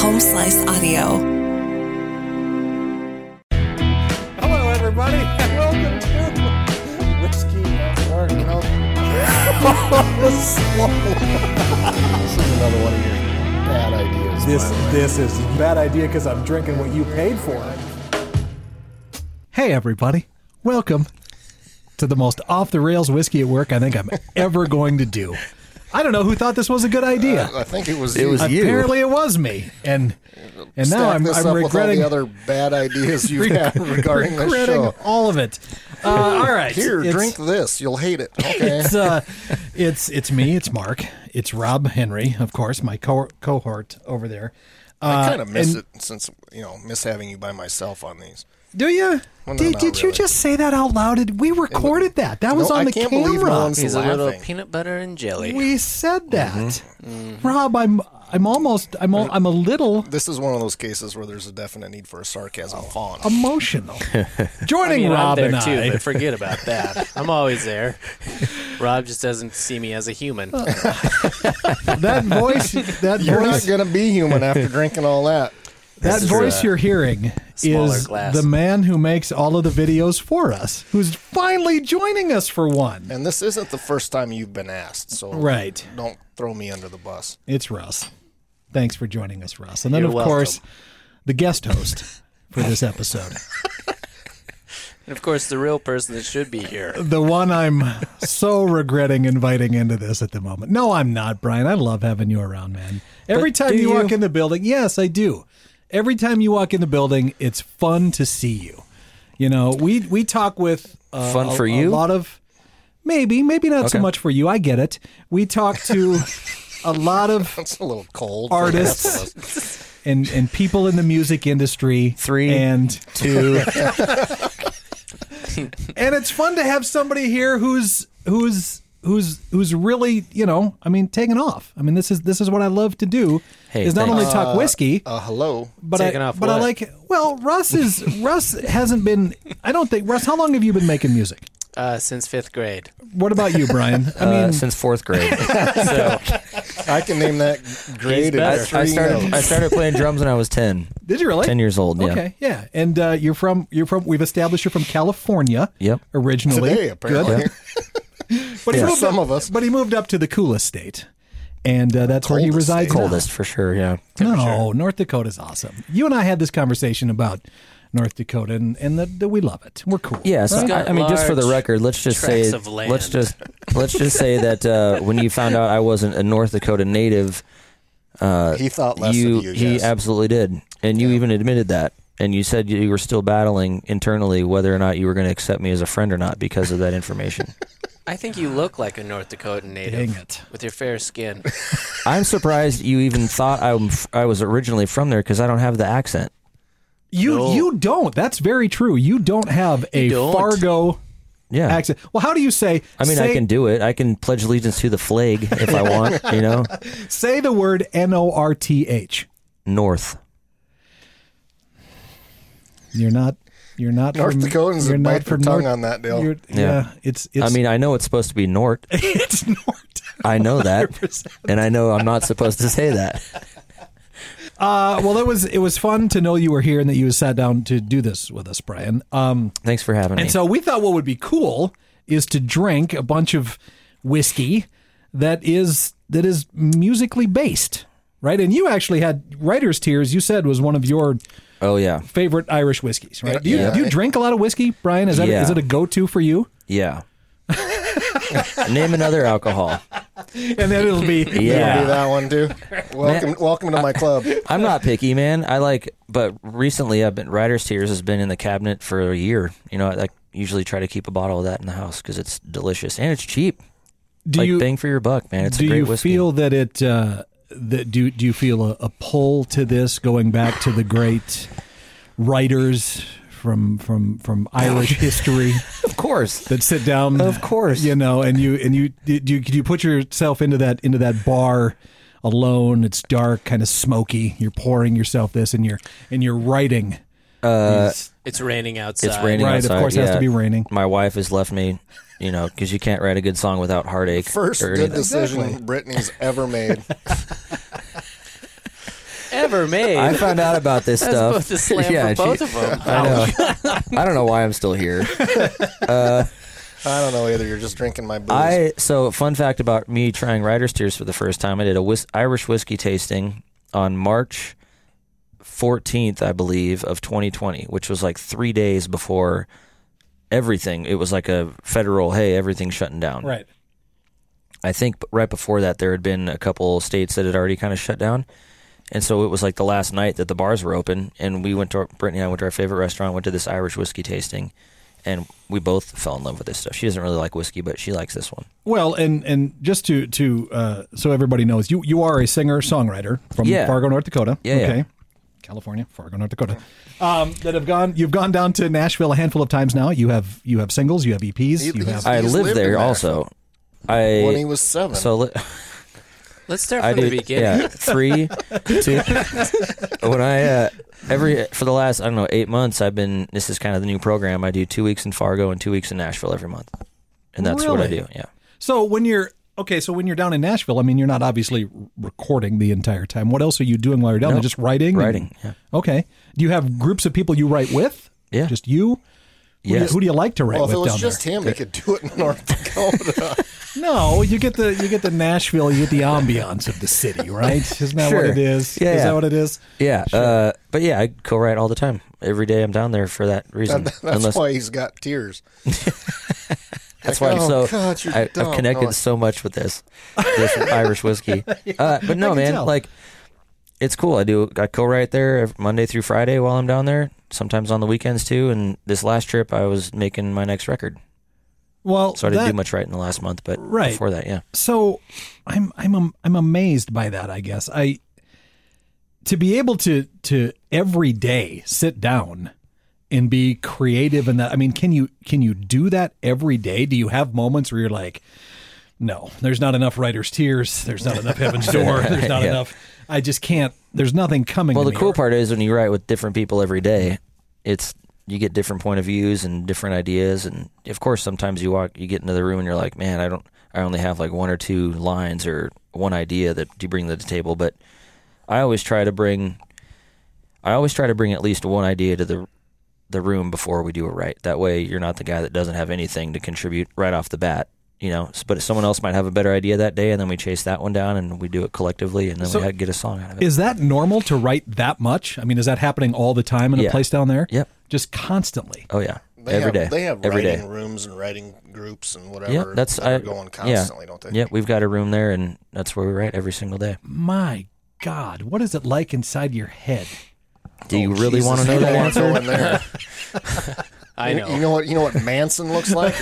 home slice audio. Hello, everybody. Welcome to Whiskey Dark Milk. This is another one of your bad ideas. This, by the way. this is a bad idea because I'm drinking what you paid for. Hey, everybody. Welcome to the most off the rails whiskey at work I think I'm ever going to do. I don't know who thought this was a good idea. I think it was. It Uh, was you. Apparently, it was me, and and Stack now I'm, this I'm up regretting with all the other bad ideas you've had regarding this regretting show. all of it. Uh, all right, Here, it's- drink this. You'll hate it. Okay. it's uh, it's it's me. It's Mark. It's Rob Henry, of course, my co- cohort over there. I kind of miss it since you know miss having you by myself on these. Do you? Well, no, did not did you really. just say that out loud? Did- We recorded that. That was No, on I the can't camera. believe no one's He's a little laughing. peanut butter and jelly. we Mm-hmm. said that. Rob, I'm I'm almost I'm al- I'm a little This is one of those cases where there's a definite need for a sarcasm Oh. font. emotional. Joining I mean, Rob I'm there and too, I. but forget about that. I'm always there. Rob just doesn't see me as a human. that voice that You're not voice gonna be human after drinking all that. that is voice a you're hearing smaller is glass. the man who makes all of the videos for us, who's finally joining us for one. And this isn't the first time you've been asked, so Right. Don't throw me under the bus. It's Russ. Thanks for joining us, Russ. And then, You're of welcome. course, the guest host for this episode. And of course, the real person that should be here. the one I'm so regretting inviting into this at the moment. No, I'm not, Brian. I love having you around, man. Every But time do you, walk you? in the building, yes, I do. Every time you walk in the building, it's fun to see you. You know, we we talk with uh, Fun a- for a you? lot of maybe, maybe not so Okay. much for you. I get it. We talk to a lot of That's a little cold. artists and and people in the music industry. Three. and two. and it's fun to have somebody here who's who's who's who's really you know I mean taking off. I mean this is this is what I love to do Hey, is not thanks. only talk whiskey. Uh, hello. but I, Taking off but I what? like well Russ is Russ hasn't been I don't think Russ how long have you been making music? Uh, since fifth grade. What about you Brian? I mean uh, Mm. since fourth grade, So I can name that grade. in I, better. three I started. notes. I started playing drums when I was ten. did you really Ten years old. Yeah. Okay, yeah, and uh, you're from you're from we've established you're from California. Yep. originally. today, Good. apparently. But he Yeah. moved Some up- of us. But he moved up to the coolest state, and uh, that's where he Coldest resides. state. now. Coldest for sure. Yeah. No, North Dakota's awesome. You and I had this conversation about North Dakota, and, and that that we love it. We're cool. Yeah. So I, got I mean, just for the large record, let's just say, tracts of land. let's just let's just say that uh, when you found out I wasn't a North Dakota native, he thought less you, of you. he yes. absolutely did, and you even admitted that. And you said you were still battling internally whether or not you were going to accept me as a friend or not because of that information. I think you look like a North Dakota native. Dang it. With your fair skin. I'm surprised you even thought I'm, f- I was originally from there because I don't have the accent. You No. you don't. That's very true. You don't have a don't. Fargo Yeah. accent. Well, how do you say? I mean, say, I can do it. I can pledge allegiance to the flag if I want, you know? say the word N O R T H. North. You're not. You're not North from, Dakotans You're would not bite their from tongue North- on that deal. you're- Yeah. it's. it's I mean, I know it's supposed to be Nort. it's North. I know that. And I know I'm not supposed to say that. Uh, well, it was it was fun to know you were here and that you sat down to do this with us, Brian. Um, Thanks for having me. And so we thought what would be cool is to drink a bunch of whiskey that is that is musically based, right? And you actually had Writer's Tears. You said was one of your oh, yeah. favorite Irish whiskeys, right? Do you, Yeah. do you drink a lot of whiskey, Brian? Is that Yeah. is it a go to for you? Yeah. Name another alcohol. And then it'll be Gonna do Yeah. that one too. Welcome, welcome to my club. I'm not picky, man. I like, but recently I've been, Writer's Tears has been in the cabinet for a year. You know, I, I usually try to keep a bottle of that in the house because it's delicious and it's cheap. do like, you bang for your buck, man. It's do a great you whiskey. feel that it uh, that do do you feel a, a pull to this going back to the great writers from from from Irish history? of course. that sit down Of course. you know and you and you do you, do you put yourself into that into that bar alone it's dark kind of smoky you're pouring yourself this and you're and you're writing uh It's raining outside. It's raining right outside. of course it has yeah. to be raining my wife has left me, you know, because you can't write a good song without heartache. First or good anything. decision Exactly. Brittany's ever made. ever made. I found out about this That's stuff. both a slam for both of them. I know. I don't know why I'm still here. I don't know either. You're just drinking my booze. I so fun fact about me trying Rider's Tears for the first time. I did a whis- Irish whiskey tasting on March 14th, I believe, of 2020, which was like three days before everything. It was like a federal, hey, everything's shutting down. Right. I think right before that there had been a couple states that had already kind of shut down, and so it was like the last night that the bars were open, and we went to our, Brittany and I went to our favorite restaurant, went to this Irish whiskey tasting, and we both fell in love with this stuff. She doesn't really like whiskey, but she likes this one. Well, and and just to to uh, so everybody knows, you you are a singer songwriter from Yeah. Fargo, North Dakota. Yeah, yeah. Okay. California, Fargo, North Dakota. Um, that have gone. You've gone down to Nashville a handful of times now. You have you have singles. You have EPs. You He's- have I he's lived lived in there Nashville. also. I when he was seven. so li- Let's start I from did the beginning. yeah three two. when I uh, every for the last I don't know eight months I've been this is kind of the new program. I do two weeks in Fargo and two weeks in Nashville every month, and that's what I Really? do. Yeah. So when you're okay, so when you're down in Nashville, I mean, you're not obviously r- recording the entire time. What else are you doing while you're down there? Nope. Just writing. and- Writing, yeah. Okay. Do you have groups of people you write with? Yeah. Just you. Who do you- Yes. Who do you like to write well, if with it was down just there? him, he could do it in North Dakota. No, you get the you get the Nashville, you get the ambiance of the city, right? Isn't that what Sure. it is? Yeah, is yeah. that what it is? Yeah, uh, but yeah, I co-write all the time. Every day I'm down there for that reason. That's Unless why he's got tears. that's why I'm Oh, so God, you're I, dumb. I've connected No, I- so much with this this Irish whiskey. Uh, but no, can man, tell. like it's cool. I do I co-write there ev- Monday through Friday while I'm down there. Sometimes on the weekends too. And this last trip, I was making my next record, Well, so I didn't that- do much writing the last month. But Right. before that, yeah, so I'm I'm am- I'm amazed by that. I guess I to be able to to every day sit down and be creative and that. I mean, can you can you do that every day? Do you have moments where you're like, no, there's not enough writer's tears. There's not enough heaven's door. There's not Yeah. enough. I just can't. There's nothing coming. Well, to the me. cool part is when you write with different people every day, it's you get different point of views and different ideas, and of course, sometimes you walk, you get into the room, and you're like, man, I don't, I only have like one or two lines or one idea that you bring to the table, but I always try to bring, I always try to bring at least one idea to the the room before we do it right. That way, you're not the guy that doesn't have anything to contribute right off the bat. You know, S- but someone else might have a better idea that day, and then we chase that one down, and we do it collectively, and then So- we ha- get a song out of it. Is that normal to write that much? I mean, is that happening all the time in a Yeah. place down there? Yep. Just constantly. Oh yeah, They every day. have, They have every writing day. rooms and writing groups and whatever. Yeah, that's that are I, going yeah. constantly, don't they? Yeah, we've got a room there, and that's where we write every single day. My God, what is it like inside your head? Oh, Do you really want to know that answer? I know. You know what? You know what Manson looks like.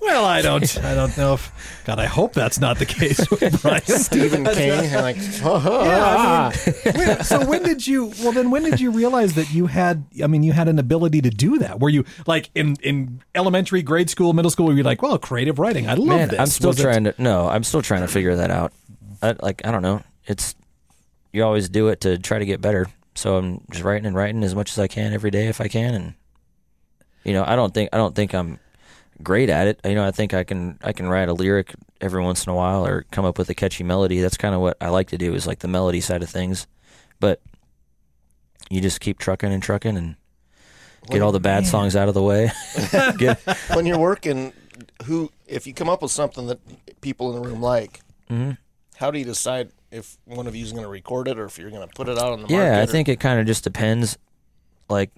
Well, I don't. I don't know if. God, I hope that's not the case with Bryce. Stephen King. and like, ah. Wait, so when did you? Well, then when did you realize that you had? I mean, you had an ability to do that. Were you like in in elementary, grade school, middle school? Were you like, well, creative writing? I love Man, this. I'm still Was it- trying to. No, I'm still trying to figure that out. I, like I don't know. It's you always do it to try to get better. So I'm just writing and writing as much as I can every day if I can, and you know I don't think I don't think I'm great at it. You know I think I can I can write a lyric every once in a while or come up with a catchy melody. That's kind of what I like to do is like the melody side of things, but you just keep trucking and trucking and get all the bad songs out of the way. Get- when you're working, who if you come up with something that people in the room like, Mm-hmm. how do you decide if one of you is going to record it or if you're going to put it out on the market? Yeah, I or- think it kind of just depends. Like,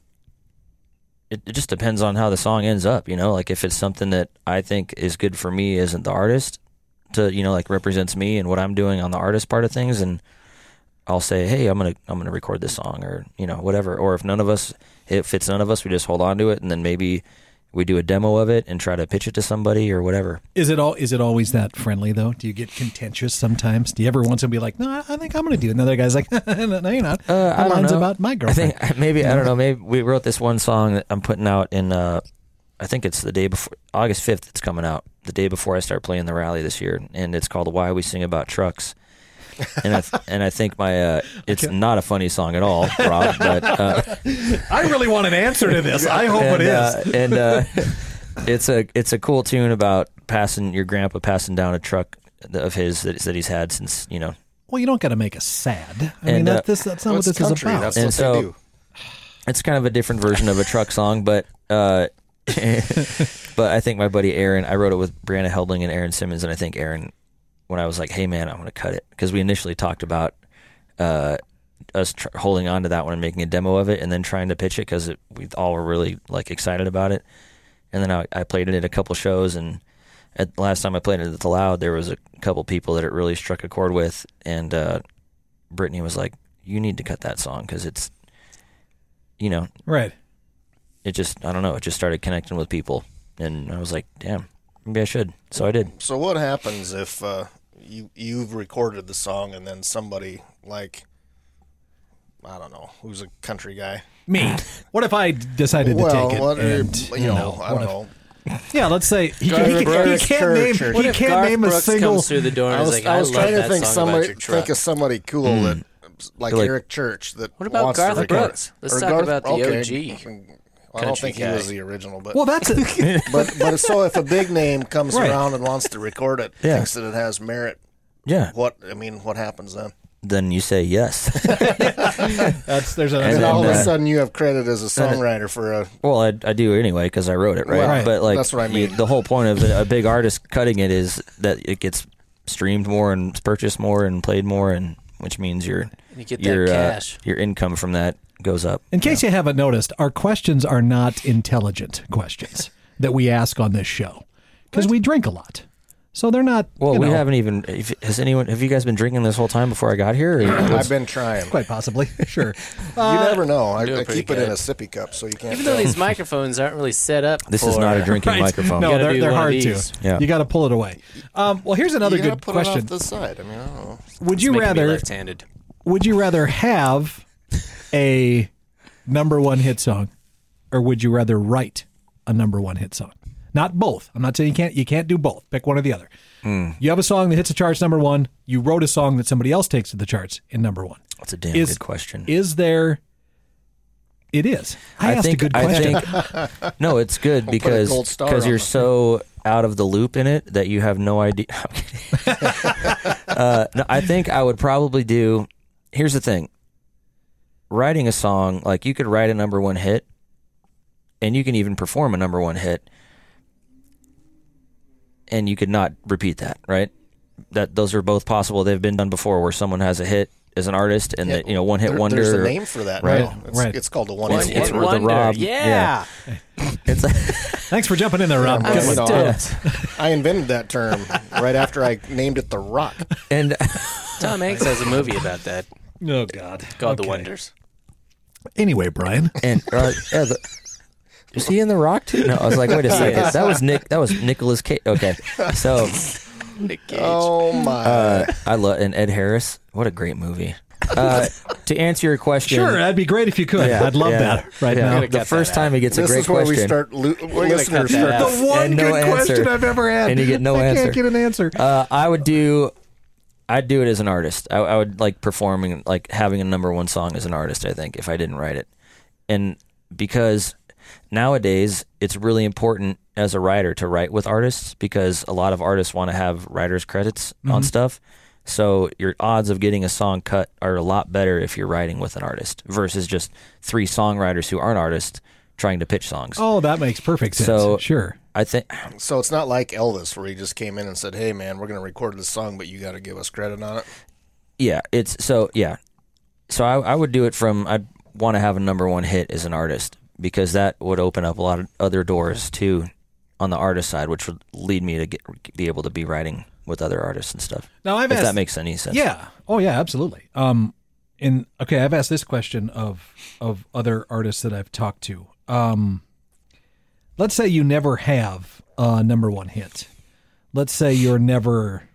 it, it just depends on how the song ends up. You know, like if it's something that I think is good for me, isn't the artist to you know like represents me and what I'm doing on the artist part of things, and I'll say, hey, I'm gonna I'm gonna record this song or you know whatever. Or if none of us, if it's none of us, we just hold on to it and then maybe we do a demo of it and try to pitch it to somebody or whatever. Is it all? Is it always that friendly though? Do you get contentious sometimes? Do you ever want to be like, "No, I- I think I'm going to do it," and the other guy's like, "No, no, you're not. Uh, The I don't line's know. about my I girlfriend." think maybe I don't know. Maybe we wrote this one song that I'm putting out in. Uh, I think it's the day before August 5th. It's coming out the day before I start playing the rally this year, and it's called "Why We Sing About Trucks." And I th- and I think my uh, it's not a funny song at all, Rob. But uh, I really want an answer to this. I hope and, Oh, it is. uh, and uh, it's a it's a cool tune about passing your grandpa passing down a truck th- of his that, that he's had since you know well, you don't got to make us sad. I mean, And, that, uh, this that's not Well, what it's this country. is about. That's And what they so- do. It's kind of a different version of a truck song, but uh, but I think my buddy Aaron, I wrote it with Brianna Heldling and Aaron Simmons, and I think Aaron, when I was like, "Hey man, I want to cut it," because we initially talked about uh, us tr- holding on to that one and making a demo of it, and then trying to pitch it because we all were really like excited about it. And then I, I played it at a couple shows, and at the last time I played it at the Loud, there was a couple people that it really struck a chord with, and uh, Brittany was like, "You need to cut that song because it's." You know, right. it just I don't know, it just started connecting with people and I was like, damn, maybe I should. So I did. So what happens if uh, you you've recorded the song and then somebody like I don't know who's a country guy? Me. What if I d- decided well, to take it? what are- and, you know, I what don't if- know. Yeah, let's say he, he, Garth he, Brooks can't Church name he or- can't Garth name a Brooks single. comes through the door and I is was, like, I was love trying to that think song somebody about your truck. Hmm. think of somebody cool that like, Like- Eric Church that What about wants to Garth record- Brooks? Let's or talk Garth- about the okay. OG Well, I don't country think guy. he was the original, but Well, that's a, but but so if a big name comes Right. around and wants to record it, Yeah. thinks that it has merit, Yeah. what I mean, what happens then? Then you say yes. that's there's a And And, then, all of uh, a sudden, you have credit as a songwriter for a well, I, I do anyway because I wrote it, right? Well, But like that's what I you- mean. the whole point of a big artist cutting it is that it gets streamed more and purchased more and played more and which means your You get that your uh, cash. your income from that goes up. In case you haven't noticed, our questions are not intelligent questions that we ask on this show because we drink a lot. So they're not. Well, you we know, haven't even if, has anyone have you guys been drinking this whole time before I got here? Or I've been trying. Quite possibly. Sure. you never know. I, doing I pretty keep it in good. a sippy cup, so you can't. Even though tell. these microphones aren't really set up this for, is not a drinking Right. microphone. No, gotta they're, do they're one of hard to. these. Yeah. You got to pull it away. Um, well, here's another you gotta good put it question. off the side. I mean, I don't know. Would you It's making me rather? left-handed. Would you rather have a number one hit song, or would you rather write a number one hit song? Not both. I'm not saying you can't. You can't do both. Pick one or the other. Hmm. You have a song that hits the charts number one. You wrote a song that somebody else takes to the charts in number one. That's a damn Is- good question. Is there? It is. I, asked a good question. I think, no, it's good because gold star because on you're it. so out of the loop in it that you have no idea. I'm kidding. uh, no, I think I would probably do. Here's the thing: writing a song, like you could write a number one hit, and you can even perform a number one hit, and you could not repeat that, right? That those are both possible. They've been done before, where someone has a hit as an artist, and Yeah, that you know one hit There- wonder. There's or- a name for that, Right, now. It's, right. It's called a one. It's- One it's hit worth a wonder. rob. Yeah. It's Thanks for jumping in there, Rob. Yeah, I'm Good Good man. one. one. stoked. I invented that term right after I named it the Rock. and. Tom Hanks has a movie about that Oh God. called The Okay. Wonders. Anyway, Brian. and uh, yeah, the, was he in The Rock too? No, I was like, wait a second, that was Nick. That was Nicholas Cage. Okay, so Nick Cage. Oh my! uh, I love and Ed Harris. What a great movie. Uh, to answer your question, Sure, that'd be great if you could. Yeah, I'd love yeah, that right yeah. now. gotta the cut first that out. time he gets this a great is where question, we start. Lo- listeners cut that start. out. The one And no good question answer. I've ever had, And you get no I answer. can't get an answer. uh, I would do. I'd do it as an artist. I, I would like performing, like having a number one song as an artist. I think if I didn't write it, and because nowadays it's really important as a writer to write with artists because a lot of artists want to have writers credits on stuff. So your odds of getting a song cut are a lot better if you're writing with an artist versus just three songwriters who aren't artists trying to pitch songs. oh, that makes perfect sense. So- sure. I think So it's not like Elvis, where he just came in and said, "Hey, man, we're going to record this song, but you got to give us credit on it." yeah it's so yeah so i, I would do it from i'd want to have a number one hit as an artist because that would open up a lot of other doors too on the artist side which would lead me to get, be able to be writing with other artists and stuff Now I've if asked that makes any sense Yeah. Oh yeah, absolutely. Um and okay, I've asked this question of of other artists that I've talked to. Um let's say you never have a number 1 hit. Let's say you're never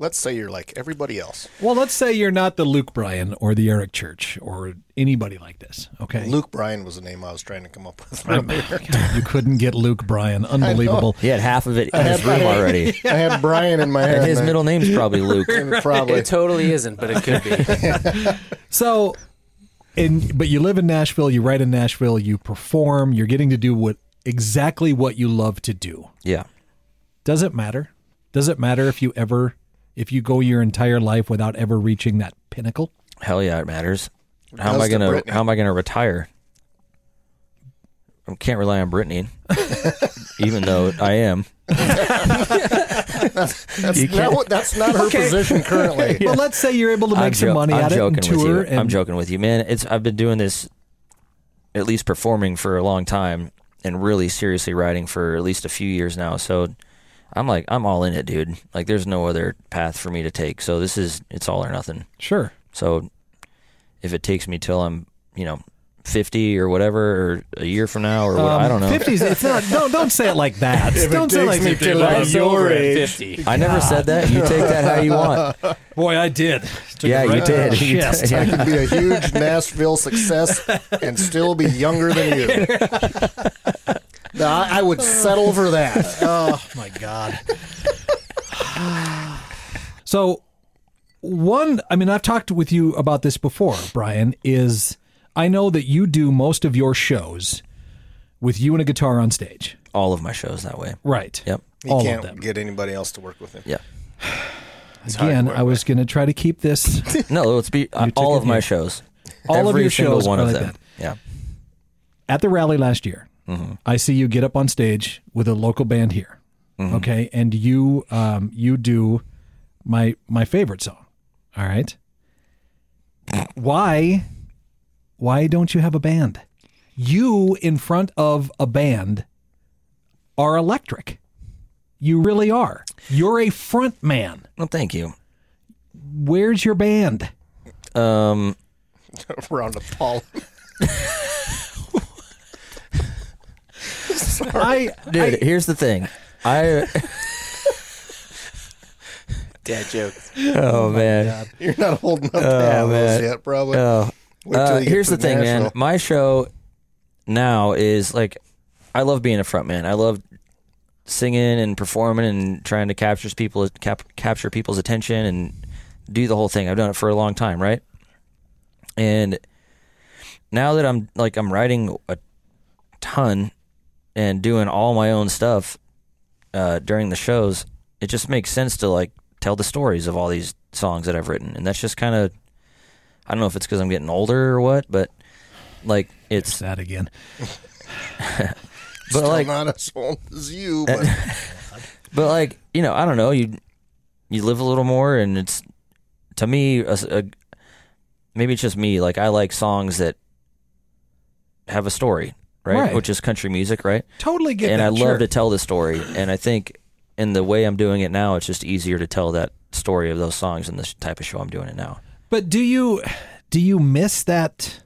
Let's say you're like everybody else. Well, let's say you're not the Luke Bryan or the Eric Church or anybody like this, okay? Luke Bryan was the name I was trying to come up with. you couldn't get Luke Bryan. Unbelievable. he had half of it in his room already I had Brian in my head. and his man. middle name's probably luke Probably. It totally isn't, but it could be. So, and but you live in Nashville, you write in Nashville, you perform, you're getting to do what exactly what you love to do. yeah Does it matter? Does it matter if you ever if you go your entire life without ever reaching that pinnacle? Hell yeah, it matters. How am does to I gonna Britney. How am I gonna retire? I can't rely on Brittany, even though I am. That's not, what- that's not her position currently. Well, let's say you're able to make I'm some jo- money I'm at it joking and with tour. you. And I'm joking with you, man. It's I've been doing this, at least performing for a long time, and really seriously writing for at least a few years now. So I'm like, I'm all in it, dude. Like, there's no other path for me to take. So this is it's all or nothing. Sure. So if it takes me till I'm, you know, 50 or whatever, or a year from now, or what, Um, I don't know. 50s. It's not. No, don't say it like that. don't say it like takes me that. till I'm over your at age. 50. I never said that. You take that how you want. Boy, I did. Took it Yeah, you right to did. the You did. chest. I could be a huge Nashville success and still be younger than you. No, I, I would settle for that. Oh my god. so one I mean I've talked with you about this before, Brian, is I know that you do most of your shows with you and a guitar on stage. All of my shows that way. Right. Yep. He All of can't them. get anybody else to work with him. Yeah. hard Again, work, I was going to try to keep this No, let's be You took all it of my here. shows. All of Every your single shows one are of like them. that. Yeah. at the rally last year, Mm-hmm. I see you get up on stage with a local band here, Mm-hmm. okay, and you um, you do my my favorite song. All right, why why don't you have a band? You in front of a band are electric. You really are. You're a front man. Well, thank you. Where's your band? Um, Around a Paul. I dude, here's the thing. I Dad joke. oh man. You're not holding up to that man. yet, probably. Oh. Wait till Uh, you get here's to the thing, man. Nashville. My show now is like, I love being a front man. I love singing and performing and trying to capture people, cap, capture people's attention and do the whole thing. I've done it for a long time, right? And now that I'm like I'm writing a ton and doing all my own stuff uh, during the shows, it just makes sense to like tell the stories of all these songs that I've written, and that's just kind of I don't know if it's because I'm getting older or what, but like it's that again. but Still like not as old as you, but but like you know I don't know you you live a little more and it's to me a s- a- maybe it's just me like I like songs that have a story Right. right? which is country music right Totally get and that. I love sure. to tell the story. And I think in the way I'm doing it now, it's just easier to tell that story of those songs and the sh- type of show I'm doing it now. But do you do you miss that?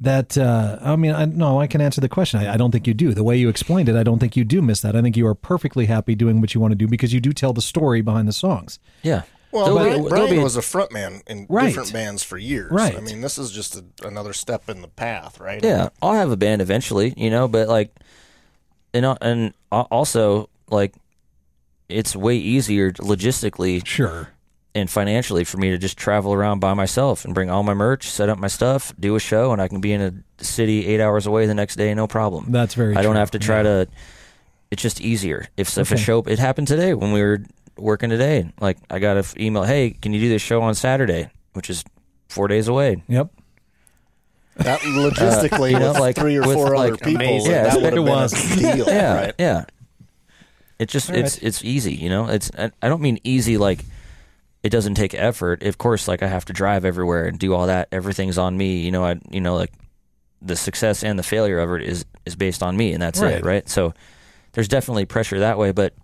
That uh, I mean, I, no, I can answer the question. I, I don't think you do. The way you explained it, I don't think you do miss that. I think you are perfectly happy doing what you want to do because you do tell the story behind the songs. Yeah. well, There'll be- Brian, there'll be- Brian was a front man in Right. different bands for years. Right. I mean, this is just a, another step in the path, right? yeah, I'll have a band eventually, you know, but like, and al- and al- also like, it's way easier logistically Sure, and financially for me to just travel around by myself and bring all my merch, set up my stuff, do a show, and I can be in a city eight hours away the next day, no problem. that's very. I don't true. have to try to. It's just easier. If if a Okay. show, it happened today when we were working today. Like I got an email, hey, can you do this show on Saturday, which is four days away. Yep. That logistically, you know, with like, three or with, four like, other people, amazing. Yeah, that would have it been was. a deal, Yeah, right? yeah. It just it's it's easy, you know. It's I I don't mean easy like it doesn't take effort. Of course, like I have to drive everywhere and do all that. Everything's on me, you know. I you know like the success and the failure of it is is based on me, and that's Right. it, right? So there's definitely pressure that way, but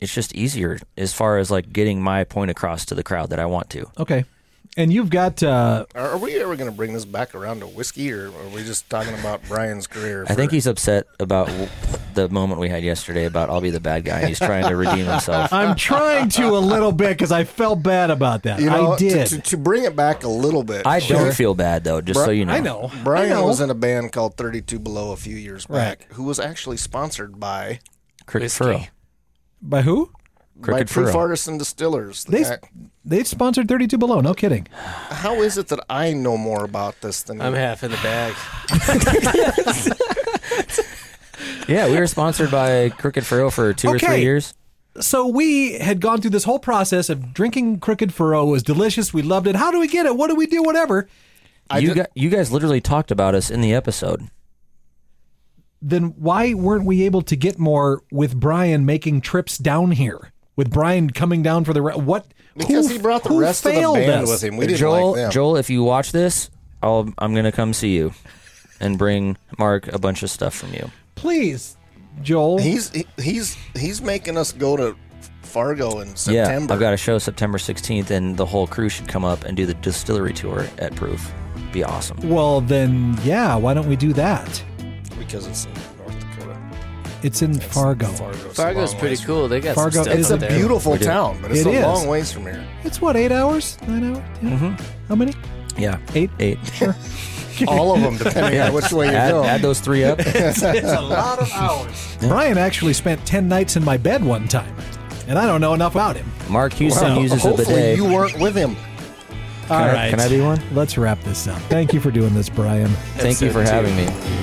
it's just easier as far as like getting my point across to the crowd that I want to. Okay. And you've got uh, Are, are we ever going to bring this back around to whiskey, or are we just talking about Brian's career? I think for- he's upset about w- the moment we had yesterday about I'll be the bad guy. and He's trying to redeem himself. I'm trying to a little bit because I felt bad about that. You know, I to- did. To, to bring it back a little bit. I Sure. don't feel bad though, just so you know. I know. Brian I know. was in a band called 32 Below a few years back, Right. who was actually sponsored by Cricket Whiskey. Furrow. by who? Crooked by Proof Furrow. Artisan Distillers. The They guy- they've sponsored 32 Below. No kidding. how is it that I know more about this than I'm you? half in the bag. Yeah, we were sponsored by Crooked Furrow for two or Okay. three years. so we had gone through this whole process of drinking Crooked Furrow It was delicious. We loved it. How do we get it? What do we do? Whatever. you, did- gu- you guys literally talked about us in the episode. Then why weren't we able to get more with Brian making trips down here? With Brian coming down for the re- what? Because who- he brought the who rest of the failed band us? with him. We didn't Joel, like them. Joel, if you watch this, I'll, I'm going to come see you and bring Mark a bunch of stuff from you. Please, Joel. He's he, he's he's making us go to Fargo in September. Yeah, I've got a show September 16th, and the whole crew should come up and do the distillery tour at Proof. Be awesome. well, then, yeah. Why don't we do that? because it's in North Dakota. It's in Fargo. Fargo's, a Fargo's long pretty ways- cool. They got Fargo some stuff is up a there. Beautiful We did. town, but it's It a is. long ways from here. It's what eight hours? Nine hours? Yeah. Mm-hmm. How many? Yeah. Eight. Eight. All of them, depending on which way you add, go. add those three up. a lot of hours. Brian actually spent 10 nights in my bed one time, and I don't know enough about him. Mark Houston Wow, uses a Hopefully bidet. you weren't with him. All I- right, can I be one? Let's wrap this up. Thank you for doing this, Brian. Thank you for Episode two. having me.